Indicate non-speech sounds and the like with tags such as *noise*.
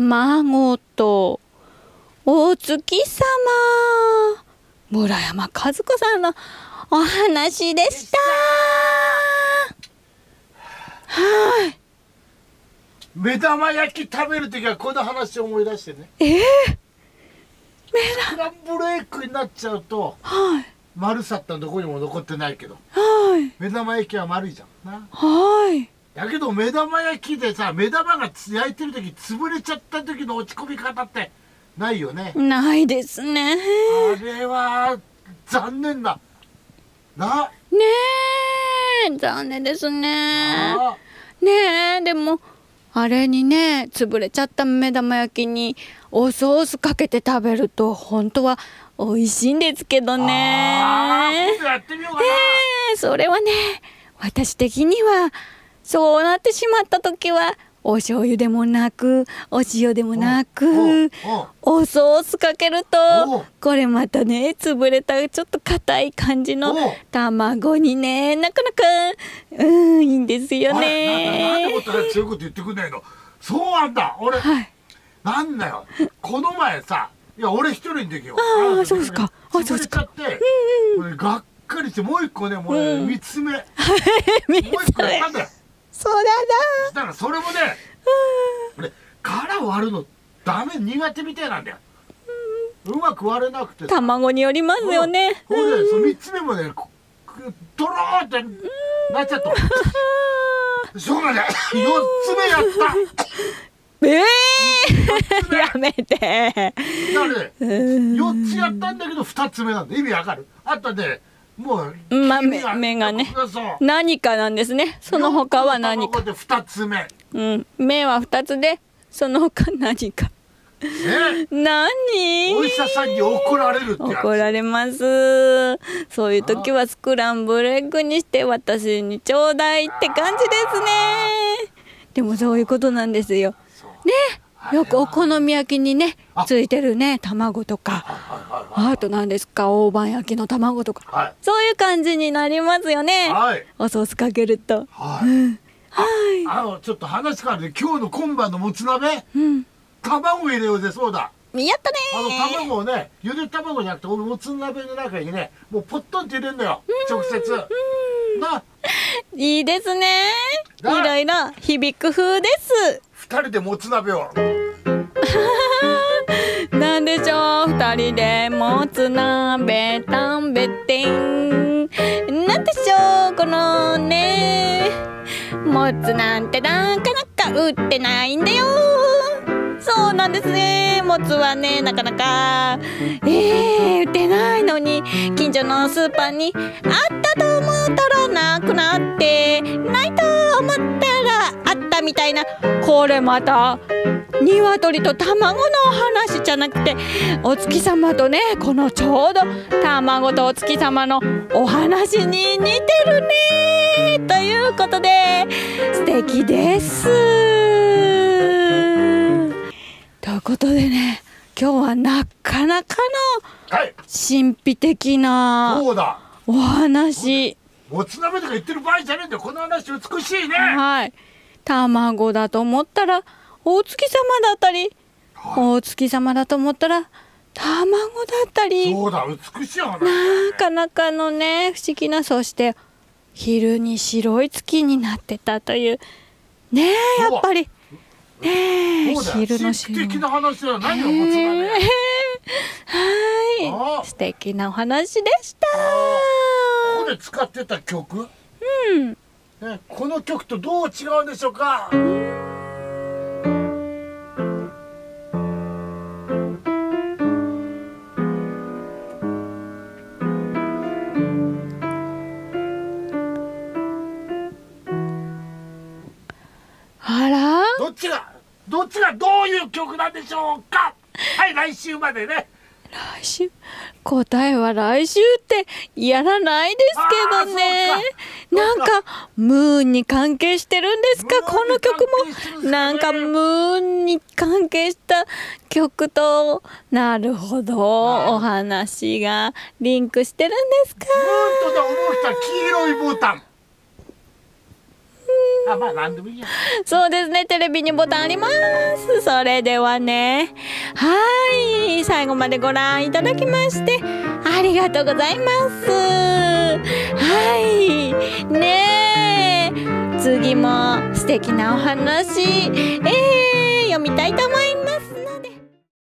卵と、お月様、村山和子さんのお話でした。はい。目玉焼き食べる時はこの話を思い出してねええスクランブルエッグになっちゃうとはい。丸さったのどこにも残ってないけどはい。目玉焼きは丸いじゃんなはい。だけど目玉焼きでさ目玉がつ焼いてる時潰れちゃった時の落ち込み方ってないよねないですね。ねあれは残念だなえ、残念ですね。あねえでもあれにね潰れちゃった目玉焼きにおソースかけて食べると本当は美味しいんですけどあーね今度やってみようかええそれはね私的にはそうなってしまった時はお醤油でもなくお塩でもなうんうんくおソースかけるとおこれまたね潰れたちょっと硬い感じのお卵にねなかなかうんいいんですよなななんねでもっと早くそういうこと言ってくんないのそうなんだ俺はいなんだよこの前さいや俺一人の時よあーの時そうですかあそうで潰れすちゃって俺がっかりしてもう一個ねもうねうん三つ *laughs* 目もう三一個やったんだよそうだそしたらそれもね俺殻割るのダメ苦手みたいなんだようまく割れなくてな卵によりますよねほんでその三つ目もねこくドローってなっちゃったしょうがない四つ目やったええ四つ目 *laughs* やめてだからねうん4つやったんだけど2つ目なんだ意味わかるあとねもうまあ君が目目がねそう何かなんですねその他は何か四個の卵で2つ目ねうん目は二つでその他何か何お医者さんに怒られるってやつ怒られますそういう時はスクランブルエッグにして私にちょうだいって感じですねでもそういうことなんですよそうねあれよはくお好み焼きにねあついてるね卵とかはあと何ですか大判焼きの卵とかいはいそういう感じになりますよねはいおソースかけるとはい、はい、あのちょっと話変わるね今日の今晩のもつ鍋うん卵入れようぜそうだやったねあの卵をねゆで卵じゃなくて俺もつ鍋の中にねもうポットンって入れるんだよ直接ないいですねいなろいろ響く風です二人でもつ鍋を *laughs* なんでしょう二人でもつ鍋食べてんなんでしょうこのねもつなんてなかなか売ってないんだよそうなんですねもつはねなかなかえー、売ってないのに近所のスーパーにあったと思ったらなくなってないと思ったらあったみたいなこれまた鶏と卵のお話じゃなくてお月様とねこのちょうど卵とお月様のお話に似てるねということで素敵ですということでね今日はなかなかのはい神秘的なそうだお話もつ鍋とか言ってる場合じゃねえんだよこの話美しいねはい卵だと思ったらお月様だったりお月様だと思ったら卵だったりそうだ美しい話なかなかのね不思議なそして昼に白い月になってたというねえやそうっぱりねえそうだよ昼の神白秘い的な話だよ何をもつ鍋ねえはあい素敵なお話でしたここで使ってた曲うん、ね、この曲とどう違うんでしょうかあらどっちがどっちがどういう曲なんでしょうかはい来週までね来週答えは来週ってやらないですけどあーねなそんうかかムーンに関係してるんですかムーンにこの曲関係してるんでもすねなんかムーンに関係した曲となるほどお話がリンクしてるんですかムーンとで思う人は黄色いボタンうあ、まあ、なんでもいいや。 *laughs* そうですね、テレビにボタンあります。それではね、はい、最後までご覧いただきまして、ありがとうございます。はい、ねえ、次も素敵なお話、えー、読みたいと思います。